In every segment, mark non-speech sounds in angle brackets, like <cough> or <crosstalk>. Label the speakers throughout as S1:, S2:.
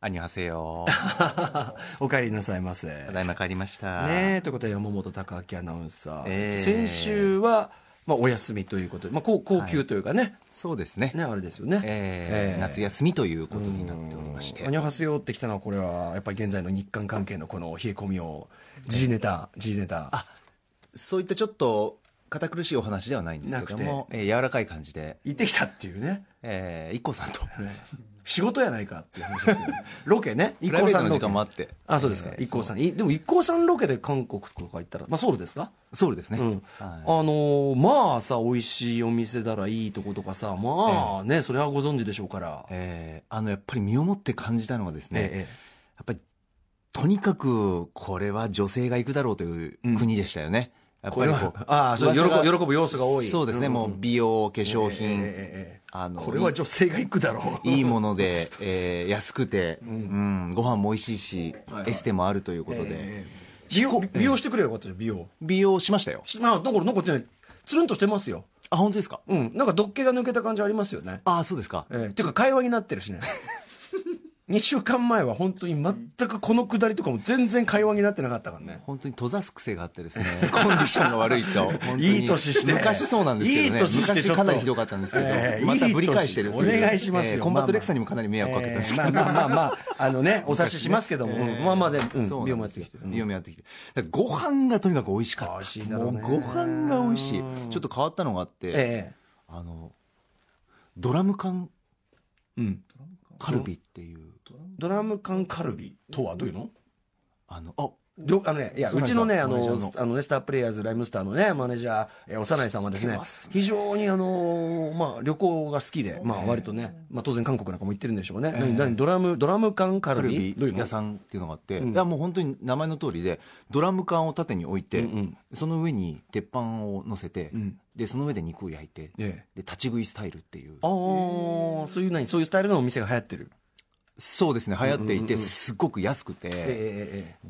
S1: あにはせ
S2: <laughs>
S1: よ。
S2: お帰りなさいませ。
S1: ただいま帰りました。
S2: ねえということで山本貴明アナウンサー、
S1: ええ
S2: 先週は、まあ、お休みということで、まあ、高高級というかね,、
S1: そうですね。
S2: ねあれですよね、
S1: えー夏休みということになっておりまして
S2: ア。ニョハセヨってきたのはこれはやっぱり現在の日韓関係のこの冷え込みを時事ネタ時事ネタあ
S1: そういったちょっと堅苦しいお話ではないんですけど
S2: な
S1: も
S2: く、
S1: えー柔らかい感じで、
S2: 行ってきたっていうね
S1: えー、i k さんと、
S2: ね仕事やないかっていう話です
S1: <laughs>
S2: よねロケね
S1: プライベートの
S2: ロ
S1: 時
S2: ケ
S1: 間もあって。
S2: あそうですか、
S1: えー
S2: IKKO さんいでも IKKO さんロケで韓国とか行ったら、まあ、ソウルですか
S1: そうですね。
S2: うんあ
S1: は
S2: のーまあさ、美味しいお店だらいいとことかさ、まあね、それはご存知でしょうから
S1: い。えーあの、やっぱり身をもって感じたのがですね、
S2: ええ
S1: やっぱり、とにかく、これは女性が行くだろうという国でしたよね。やっぱりこう、
S2: ああ、そう喜ぶ
S1: 噂が
S2: 喜ぶ要素が多い。
S1: そうですね、
S2: ん
S1: もう美容、化粧品、
S2: ええええええ
S1: あの
S2: これは女性が行くだ <laughs> ろう。
S1: いいもので、えー安くて、うんご飯も美味しいし、
S2: はいはい
S1: エステもあるということで、
S2: ええ美容美容してくれよかったじゃん、美容。
S1: 美容しましたよ。
S2: しまあ、だからなんかね、つるんとしてますよ。
S1: あ、本当ですか
S2: うん、なんかどっけが抜けた感じありますよね。
S1: あ、そうですか。
S2: ええていうか会話になってるしね。2週間前は本当に全くこのくだりとかも全然会話になってなかったからね。
S1: 本当に閉ざす癖があって
S2: <laughs>
S1: ですね、コンディションが悪いと、本当に
S2: いい年して
S1: 昔そうなんですけどね、
S2: いい年して
S1: 昔
S2: ちょっと
S1: かなりひどかったんですけど、
S2: ええ
S1: またぶり返してると
S2: いい年お願いしますよ
S1: ええコンバットレクサにもかなり迷惑かけたんですけど、
S2: えーまあまあまあまあ、あのね、お察ししますけども、うんまあまあで、うん、
S1: そうなん
S2: 美容もや
S1: です
S2: って
S1: よ
S2: きて。
S1: 美容もやってきて。だからご飯がとにかく美味しかった。
S2: 美味しいだろうね
S1: もご飯が美味しい。ちょっと変わったのがあって、
S2: え
S1: あの、ドラム缶
S2: えうん。
S1: カルビっていう、
S2: ドラム缶カルビとはどういうの
S1: あの、あ、
S2: どあのね、いや、
S1: そう
S2: う
S1: なんです
S2: ち
S1: よ
S2: のね、あ
S1: マネー
S2: の
S1: ジャー、
S2: あのね、スタープレイヤーズ、ライムスターのね、マネージャー、えー、幼いさんはです
S1: 知っ
S2: ね
S1: てます、
S2: 非常にあのー、まあ、旅行が好きで、まあ、割とね、まあ、当然韓国なんかも行ってるんでしょうね。何、何、ドラム、ドラム缶カ
S1: カ
S2: ル
S1: ル
S2: ビ
S1: ビ
S2: どういうの
S1: 屋さんっていうのがあって、
S2: うん
S1: いやもう本当に名前の通りでドラム缶を縦に置いて、
S2: うんうん
S1: その上に鉄板を乗せて、
S2: うん
S1: でその上で肉を焼いて、で
S2: ええ。
S1: 立ち食いスタイルっていう
S2: ああ、そういう何、そういうスタイルのお店が流行ってる。
S1: そうですね流行っていて、すっごく安くて、
S2: ええ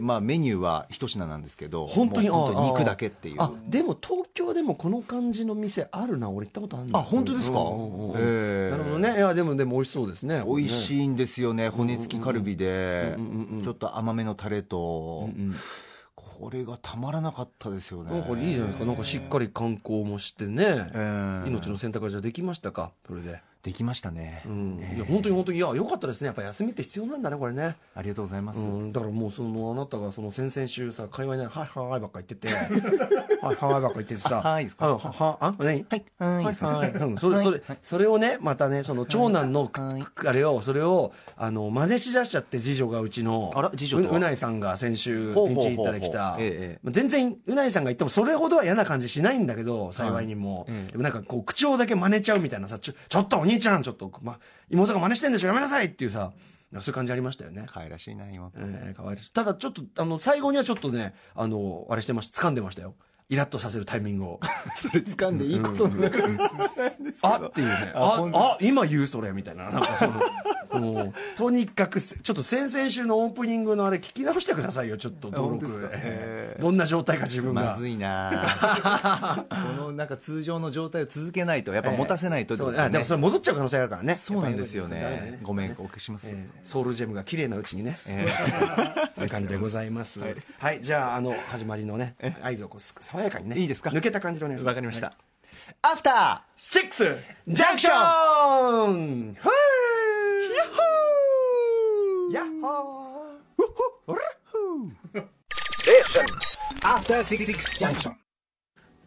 S1: で、まあ、メニューは一品なんですけど
S2: 本当に
S1: もう本当に
S2: ああ
S1: 肉だけっていう
S2: あでも東京でもこの感じの店あるな俺行ったことあるんだ
S1: あ本当ですか
S2: うんうんう
S1: へ
S2: ん
S1: え
S2: なるほどねいやでもでも美味しそうですね
S1: 美味
S2: い
S1: しいんですよね骨付きカルビで、
S2: うんうんうん
S1: ちょっと甘めのタレと、これがたまらなかったですよね
S2: なんかいいじゃないですかなんかしっかり観光もしてね、
S1: ええ
S2: 命の選択がじゃあできましたかそれで、
S1: できましたね、
S2: うん
S1: ええ
S2: いや本当に本当にいやよかったですねやっぱ休みって必要なんだねこれね
S1: ありがとうございます、
S2: うん、だからもうそのあなたがその先々週さ会話に「はいはいはい」ばっか言って <laughs> て「はいはい」ばっか言っててさ「
S1: はいですか
S2: うんははあ何
S1: はいはい
S2: はいはいうんそれそれそれをねまたねその長男のく
S1: はい
S2: あれをそれをあの真似しだしちゃって次女がうちの
S1: あら次女とは
S2: ううないさんが先週
S1: ほう
S2: ピン
S1: ほうほうほう
S2: チ行ったできた
S1: ええ
S2: 全然うないさんが言ってもそれほどは嫌な感じしないんだけど幸いにも
S1: ええ
S2: でもなんかこう口調だけ真似ちゃうみたいなさちょちょっとお兄ちゃんちょっとま妹が真似してんでしょやめなさいっていうさそういう感じありましたよね
S1: 可愛らしいな
S2: <laughs>
S1: 今、
S2: えー、かわいらしいただちょっとあの最後にはちょっとねあのあれしてました掴んでましたよイラッとさせるタイミングを
S1: それ掴んでいいことなかったんです
S2: あっていうね
S1: あ
S2: あ
S1: 本当
S2: あ今言うそれみたいななんかそ
S1: <laughs>
S2: のもうとにかくせちょっと先々週のオープニングのあれ聞き直してくださいよちょっと登
S1: あ本当です
S2: 録
S1: か
S2: え
S1: へ
S2: ーどんな状態か自分が、
S1: まずいな
S2: <laughs>
S1: あこのなんか通常の状態を続けないとやっぱ持たせないとって
S2: そ
S1: こ
S2: う
S1: と
S2: あ
S1: ね
S2: でもそれ戻っちゃう可能性あるからね
S1: そうなんですよ
S2: やっぱり
S1: ねごめんお受けします、
S2: えーソウルジェムが綺麗なうちにね、え <laughs> いう感じでございます。はい、じゃあ、あの、始まりのね、合図をこう、す爽やかにね。
S1: いいですか
S2: 抜けた感じでお願いしま
S1: わ
S2: す。
S1: かりました、アフター
S2: シックスジャンクションふぅーヤッホー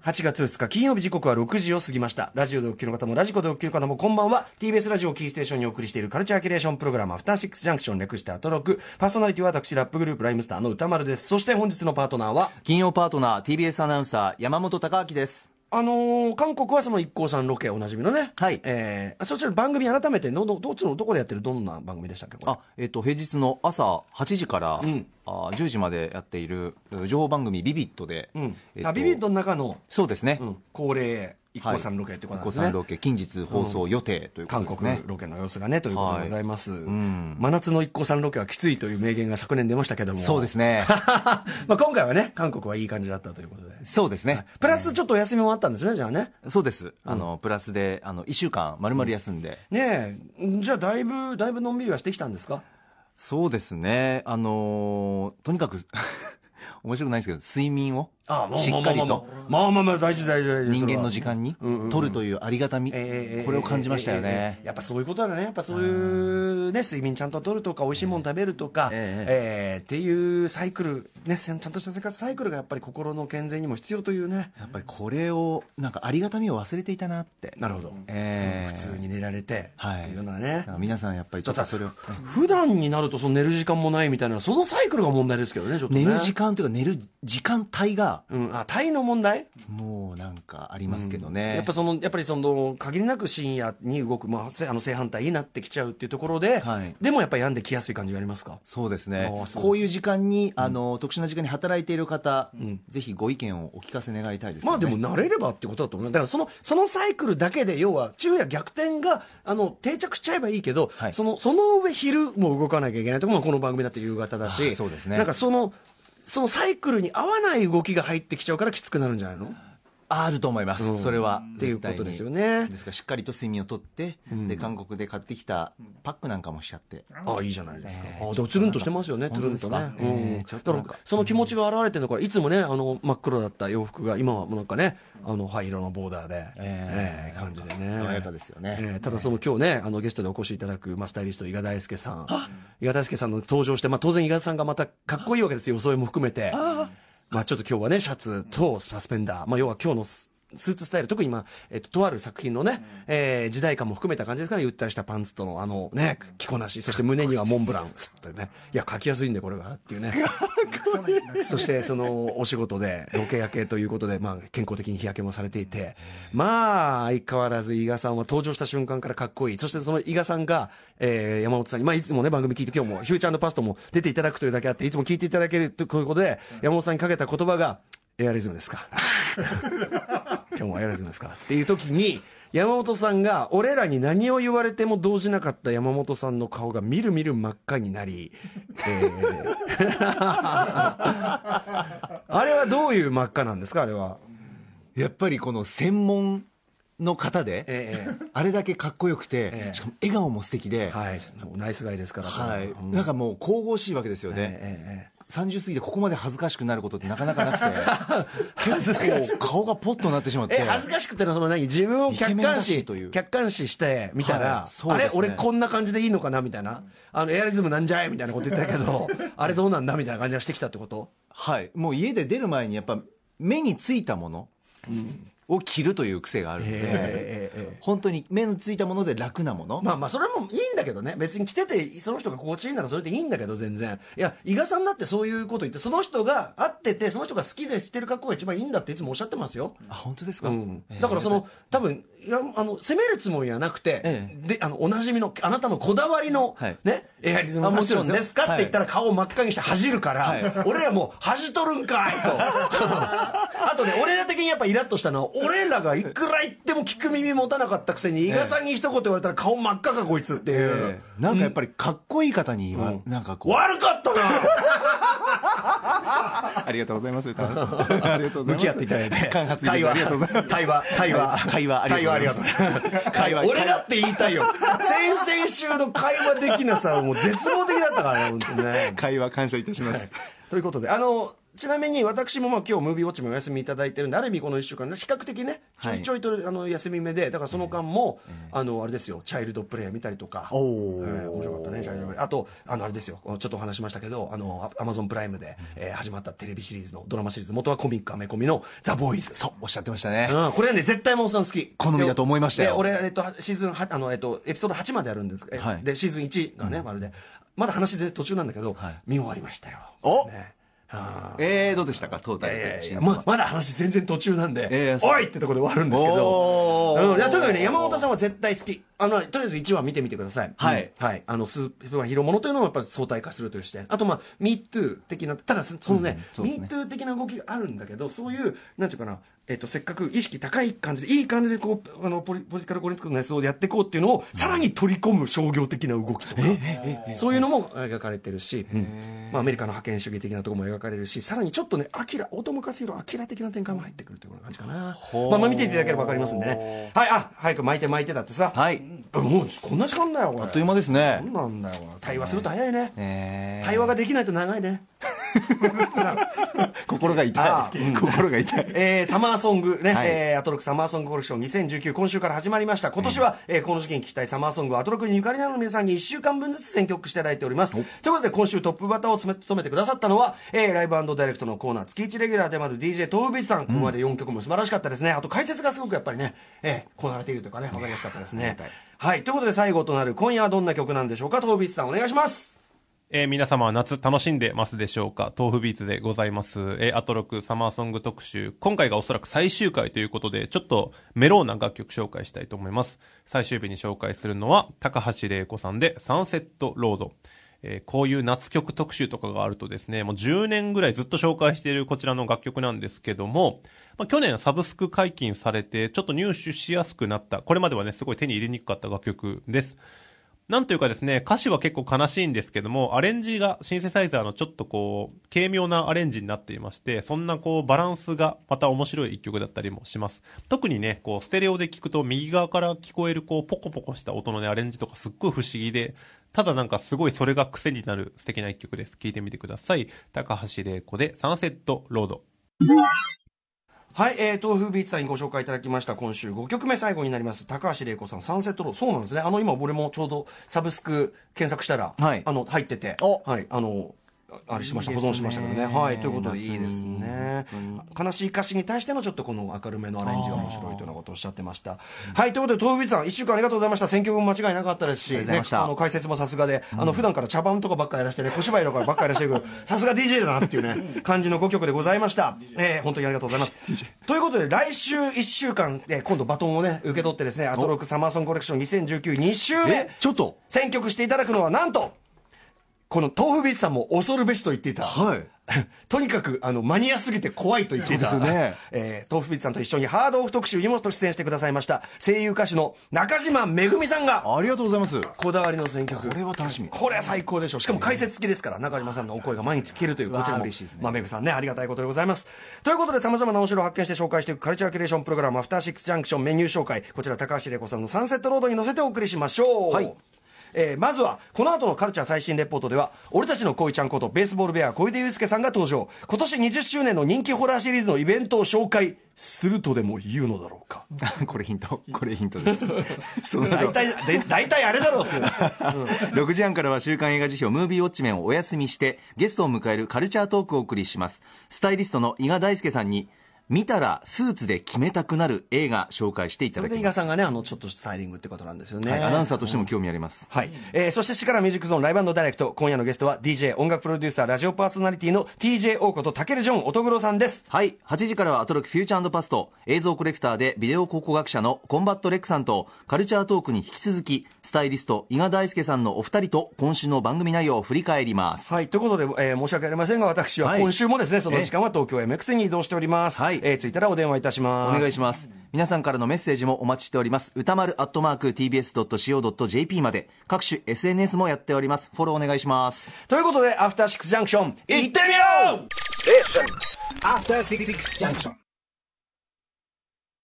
S2: 8月2日金曜日時刻は6時を過ぎました。ラジオでお聞きの方もラジコでお聞きの方もこんばんは。TBS ラジオキーステーションにお送りしているカルチャーキュレーションプログラムアフターシックスジャンクション略してアトロク。パーソナリティは私ラップグループライムスターの歌丸です。そして本日のパートナーは、
S1: 金曜パートナー TBS アナウンサー山本貴明です
S2: あのー韓国はその一行さんロケおなじみのね。
S1: はい
S2: えー、そちらの番組改めての、ど、どっちの、どこでやってるどんな番組でしたっけ、これ。
S1: あえっと平日の朝8時から、
S2: ん
S1: あ10時までやっているえ情報番組「ビビットで、
S2: うん。
S1: えっと
S2: あ、ビビッドの中の、
S1: そうですね、
S2: うん、恒例一行さんロケってことなんです
S1: 一行
S2: ね。
S1: さんロケ近日放送予定ということ
S2: 韓
S1: です
S2: 国
S1: ね、
S2: ロケの様子がね、ということでございます。
S1: ん
S2: 真夏の一行さんロケはきついという名言が昨年出ましたけども。
S1: そうですね
S2: まあ今回はね、韓国はいい感じだったということで。
S1: <laughs> そうですね、
S2: プラスちょっとお休みもあったんですね、じゃあね。
S1: そうですあの、プラスであの1週間まるまる休んで、
S2: ねえ、じゃあだいぶ、だいぶのんびりはしてきたんですか
S1: そうですね。あのーとにかく、 <laughs> 面白くないんですけど、睡眠を
S2: ああ、もう、
S1: しっかり
S2: も
S1: と
S2: うまあまあまあまあ、大事大事大事。
S1: 人間の時間に
S2: うんうんうん
S1: 取るというありがたみ、
S2: それは。えー
S1: これを感じましたよ
S2: えーえーえー
S1: ね
S2: え。ーやっぱそういうことだね。やっぱそういうね、睡眠ちゃんと取るとか、美味しいもの食べるとか、
S1: え
S2: えーっていうサイクル、ね、ちゃんとした生活サイクルがやっぱり心の健全にも必要というね。
S1: やっぱりこれを、なんかありがたみを忘れていたなって。
S2: なるほど。
S1: ええ
S2: 普通に寝られて、
S1: はい
S2: っていうようなね。
S1: なんか皆さんやっぱりちょっとそれを。
S2: 普段になるとその寝る時間もないみたいな、そのサイクルが問題ですけどね、ちょっとね。
S1: 寝る時間というか寝る時間帯が、
S2: うん、あ、体の問題
S1: もうなんかありますけどね。
S2: やっぱそのやっぱりその限りなく深夜に動く、まあ、せあの正反対になってきちゃうっていうところで、
S1: はい
S2: でもやっぱり病んできやすい感じがありますか
S1: そうですね
S2: ああそう
S1: こういう時間に、あの特殊な時間に働いている方、ぜひご意見をお聞かせ願いたいです、ね、
S2: まあでも慣れればってことだと思うだからそのそのサイクルだけで要は昼夜逆転があの定着しちゃえばいいけど、
S1: はい
S2: そのその上昼も動かなきゃいけないところもこの番組だって夕方だ
S1: あ
S2: し
S1: あそうですね
S2: なんかそのそのサイクルに合わない動きが入ってきちゃうからきつくなるんじゃないの
S1: あると思います、
S2: うん
S1: それは
S2: っていうことですよね
S1: ですからしっかりと睡眠をとって、で韓国で買ってきたパックなんかもしちゃって、
S2: あいいじゃないですか。
S1: ねえ
S2: あでもつるんとしてますよね、つ
S1: 本
S2: る
S1: 当
S2: ん
S1: です
S2: と
S1: か
S2: ね。うん
S1: ええちょっ
S2: だ
S1: と
S2: か
S1: なん
S2: ら
S1: か、
S2: その気持ちが表れてるのから、いつもね、あの、真っ黒だった洋服が、今はもうなんかね、あの、灰色のボーダーで、ええ感じでね。
S1: 爽やかですよね
S2: ええただその今日ね、あの、ゲストでお越しいただく、まあ、スタイリスト、伊賀大輔さん。伊賀大輔さんの登場して、まあ、当然伊賀さんがまたかっこいいわけですよ、装いも含めて。まあ、ちょっと今日はね、シャツとサスペンダー、まあ、要は今日のススーツスタイル、特に今、えっと、とある作品のね、えー時代感も含めた感じですから、ゆったりしたパンツとの、あのね、着こなし、そして胸にはモンブラン、すっとね、いや、書きやすいんで、これが、っていうね。そして、その、お仕事で、ロケ焼けということで、まあ、健康的に日焼けもされていて、まあ、相変わらず、伊賀さんは登場した瞬間からかっこいい。そして、その伊賀さんが、えー山本さんに、まあ、いつもね、番組聞いて、今日も、フューチャーパストも出ていただくというだけあって、いつも聞いていただけるということで、山本さんにかけた言葉が、エアリズムですか。 <laughs> 今日もエアリズムですか。っていう時に、山本さんが、俺らに何を言われても動じなかった山本さんの顔がみるみる真っ赤になり、えーあれはどういう真っ赤なんですか、あれは。
S1: やっぱりこの専門の方で、
S2: ええ
S1: あれだけかっこよくて、
S2: ええ
S1: しかも笑顔も素敵で、はい
S2: はい、ナイスガイですから。うん
S1: なんかもう神々しいわけですよ
S2: え
S1: ね、
S2: ええ
S1: 30過ぎてここまで恥ずかしくなることってなかなかなく <laughs> て結構顔がポッとなってしまっ
S2: <laughs> え
S1: て
S2: ええ恥ずかしくてのはその何自分を客
S1: イケメン
S2: 観
S1: らし
S2: 視
S1: いという
S2: 客観視して見たら、
S1: はいそう
S2: あ
S1: です
S2: れ
S1: ね
S2: 俺こんな感じでいいのかなみたいなあのエアリズムなんじゃいみたいなこと言ってたけ <laughs> どあれどうなんだみたいな感じがしてきたってこと
S1: はい、もう家で出る前にやっぱ目についたものを着るという癖があるので、
S2: ええええええ
S1: 本当に目のついたもので楽なもの、
S2: まあまあそれもいいんだけどね別に着ててその人が心地いいならそれでいいんだけど全然いや伊賀さんだってそういうこと言ってその人が合っててその人が好きでしてる格好が一番いいんだっていつもおっしゃってますよ
S1: あ本当ですか、
S2: うん
S1: えー
S2: だからその多分いやあの責めるつもりはなくて、
S1: え
S2: であのおなじみのあなたのこだわりの、
S1: はい
S2: ねエアリズム
S1: あ
S2: ファッ
S1: も
S2: シ
S1: ち
S2: ョ
S1: ろん
S2: ンで
S1: です
S2: すかって言ったら顔を真っ赤にして恥じるから、
S1: はい
S2: 俺らもう恥じとるんかい
S1: <laughs>
S2: とあとね俺ら的にやっぱイラッとしたのは俺らがいくら言っても聞く耳持たなかったくせに伊賀さんに一言言われたら顔真っ赤かこいつっていう、
S1: えーなんかやっぱりかっこいい方には、なんかこう
S2: 悪かったな
S1: ありがとうござい <laughs> ますありがとうございます
S2: 向き合っていただい <laughs> て
S1: 開発技
S2: 対
S1: 術あ
S2: 話
S1: りがとうございます
S2: 対話対話
S1: 会話
S2: 会話ありがと
S1: う
S2: うご
S1: ご
S2: ざ
S1: ざい
S2: います
S1: ます
S2: 会
S1: 会
S2: 話
S1: 話
S2: 俺だって言いたいよ先々週の会話的なさもう絶望的だったからね本当ね
S1: 会話感謝いたします、
S2: <laughs> ということであのちなみに私もまあ今日ムービーウォッチもお休みいただいてるんである意味この1週間ね比較的ねちょ
S1: はい
S2: いちょいとあの休み目でだからその間も、あのあれですよチャイルドプレイ見たりとか
S1: おー
S2: えー面白かったねチャイルドプレイあとあのあれですよちょっとお話しましたけどあのアマゾンプライムで、えー始まったテレビシリーズのドラマシリーズ元はコミックアメコミの「ザ・ボーイズ」
S1: そうおっしゃってましたね、
S2: うん、これはね、絶対モンさん好き。
S1: 好みだと思いましたよ
S2: で俺、えっと、シーズンは、あの、えっと、エピソード8まであるんです。え
S1: はい
S2: で、シーズン1がね、まるで。まだ話全然途中なんだけど、
S1: はい
S2: 見終わりましたよ。
S1: お
S2: ねあー
S1: えー、どうでしたかトータル
S2: いやい
S1: で
S2: やいやままだ話全然途中なんで、
S1: ええそう
S2: おいってところで終わるんですけ
S1: お
S2: ど、
S1: ー
S2: うん、いやとにかくね、山本さんは絶対好き、あのとりあえず1話見てみてください、
S1: はい
S2: うんはい、あのスーパーヒーローものというのもやっぱり相対化するという視点、あと、まあ、MeToo 的な、ただそ、そのね
S1: うん、そうですね
S2: MeToo 的な動きがあるんだけど、そういう、なんていうかな、えっと、せっかく意識高い感じで、いい感じでこう、あの、ポリポリティカルコレクトのやつをやっていこうっていうのを、さらに取り込む商業的な動きとか、そういうのも描かれてるし、まあ、アメリカの覇権主義的なところも描かれるし、さらにちょっとね、アキラ、大友克洋、アキラ的な展開も入ってくるというような感じかな。まあ、まあ見ていただければわかりますんでね。はい、あ、早く巻いて巻いてだってさ。
S1: はい
S2: あもう、こんな時間だよ、これ。
S1: あっという間ですね
S2: そうなんだよ。対話すると早いね。
S1: ねえ
S2: 対話ができないと長いね。
S1: <laughs> 心が
S2: あ
S1: 痛い、心が痛い
S2: えーサマーソングね、
S1: はい
S2: えーアトロクサマーソングコレクション2019今週から始まりました今年は、えーこの時期に聴きたいサマーソングをアトロクにゆかりなの皆さんに1週間分ずつ選曲していただいておりますということで今週トップバッターを務め務めてくださったのは、えーライブダイレクトのコーナー月1レギュラーでもある DJ 東口さん、ここまで4曲も素晴らしかったですねあと解説がすごくやっぱりね、えーこなれているというかね分かりやすかったですねはいということで最後となる今夜はどんな曲なんでしょうか東口さんお願いします
S3: えー皆様は夏楽しんでますでしょうか豆腐ビーツでございます。えーアトロクサマーソング特集。今回がおそらく最終回ということで、ちょっとメローな楽曲紹介したいと思います。最終日に紹介するのは、高橋玲子さんでサンセットロード。えーこういう夏曲特集とかがあるとですね、もう10年ぐらいずっと紹介しているこちらの楽曲なんですけども、まあ、去年サブスク解禁されて、ちょっと入手しやすくなった、これまではね、すごい手に入れにくかった楽曲です。なんというかですね、歌詞は結構悲しいんですけども、アレンジがシンセサイザーのちょっとこう、軽妙なアレンジになっていまして、そんなこう、バランスがまた面白い一曲だったりもします。特にね、こう、ステレオで聞くと右側から聞こえるこう、ポコポコした音のね、アレンジとかすっごい不思議で、ただなんかすごいそれが癖になる素敵な一曲です。聴いてみてください。高橋玲子でサンセットロード。
S2: はい、えー、豆腐ビーツさんにご紹介いただきました今週5曲目最後になります高橋玲子さんサンセットロードそうなんですねあの今俺もちょうどサブスク検索したら、
S1: はい
S2: あの入ってて
S1: お
S2: はいあのああれしました
S1: いいですね
S2: 保存しましたけどねはいということで
S1: 夏に
S2: いいですね悲しい歌詞に対してのちょっとこの明るめのアレンジが面白いというようなことをおっしゃってましたはいということで豆腐ビーツさん1週間ありがとうございました選曲も間違いなかったですし
S1: ありがとうございました
S2: ねあの解説もさすがで、あの普段から茶番とかばっかやらしてね、小芝居とかばっかやらしてる
S1: <laughs>
S2: けど、さすが DJ だなっていうね、感じの5曲でございました。えー本当にありがとうございます。ということで、来週1週間、えー今度バトンをね、受け取ってですね、アトロックサマーソンコレクション2019、2週目
S1: え、ちょっと
S2: 選曲していただくのは、なんと、この豆腐ビーチさんも恐るべしと言っていた。
S1: はい
S2: <laughs> とにかくあのマニアすぎて怖いと言っていた、
S1: そうですよね
S2: えー豆腐ビーツさんと一緒にハードオフ特集にも出演してくださいました声優歌手の中島めぐみさんが
S1: ありがとうございます
S2: こだわりの選曲
S1: これは楽しみ
S2: これは最高でしょうしかも解説付きですから中島さんのお声が毎日聞けるというこち
S1: わ
S2: ら
S1: あ
S2: も
S1: 嬉しいですね
S2: まあめぐさんねありがたいことでございますということでさまざまな面白を発見して紹介していくカルチャーキュレーションプログラム「アフターシックスジャンクション」メニュー紹介こちら高橋玲子さんの「サンセットロード」に乗せてお送りしましょう、
S1: はい
S2: えーまずはこの後のカルチャー最新レポートでは俺たちの恋ちゃんことベースボールベア小出祐介さんが登場今年20周年の人気ホラーシリーズのイベントを紹介するとでも言うのだろうか
S1: <laughs> これヒントこれヒントです <laughs> その
S2: 大
S1: 後
S2: 体で大体あれだろうって
S1: 6時半からは週刊映画辞表ムービーウォッチメンをお休みしてゲストを迎えるカルチャートークをお送りしますスタイリストの伊賀大輔さんに見たらスーツで決めたくなる映画紹介していた
S2: そ
S1: だ
S2: れで
S1: き
S2: 伊
S1: ま
S2: 賀
S1: す
S2: さんがねあのちょっとしたスタイリングってことなんですよね、
S1: はいアナウンサーとしても興味あります
S2: はい。えーそして、シカラミュージックゾーンライブダイレクト。今夜のゲストは DJ、音楽プロデューサー、ラジオパーソナリティの TJ 王こと、タケルジョン乙黒さんです。
S1: はい8時からはアトロックフューチャーパスト映像コレクターでビデオ考古学者のコンバットレックさんとカルチャートークに引き続きスタイリスト伊賀大輔さんのお二人と今週の番組内容を振り返ります
S2: はい。ということで、えー申し訳ありませんが、私は
S1: はい
S2: 今週もですね、その時間は東京 MX に移動しております。
S1: はい
S2: えー着いたらお電話いたし
S1: お
S2: ます。
S1: 願いします。皆さんからのメッセージもお待ちしております。歌丸アットマーク tbs.co.jp まで、各種 SNS もやっております。フォローお願いします。
S2: ということで、アフターシックスジャンクション、行ってみよう
S4: After Six Junction.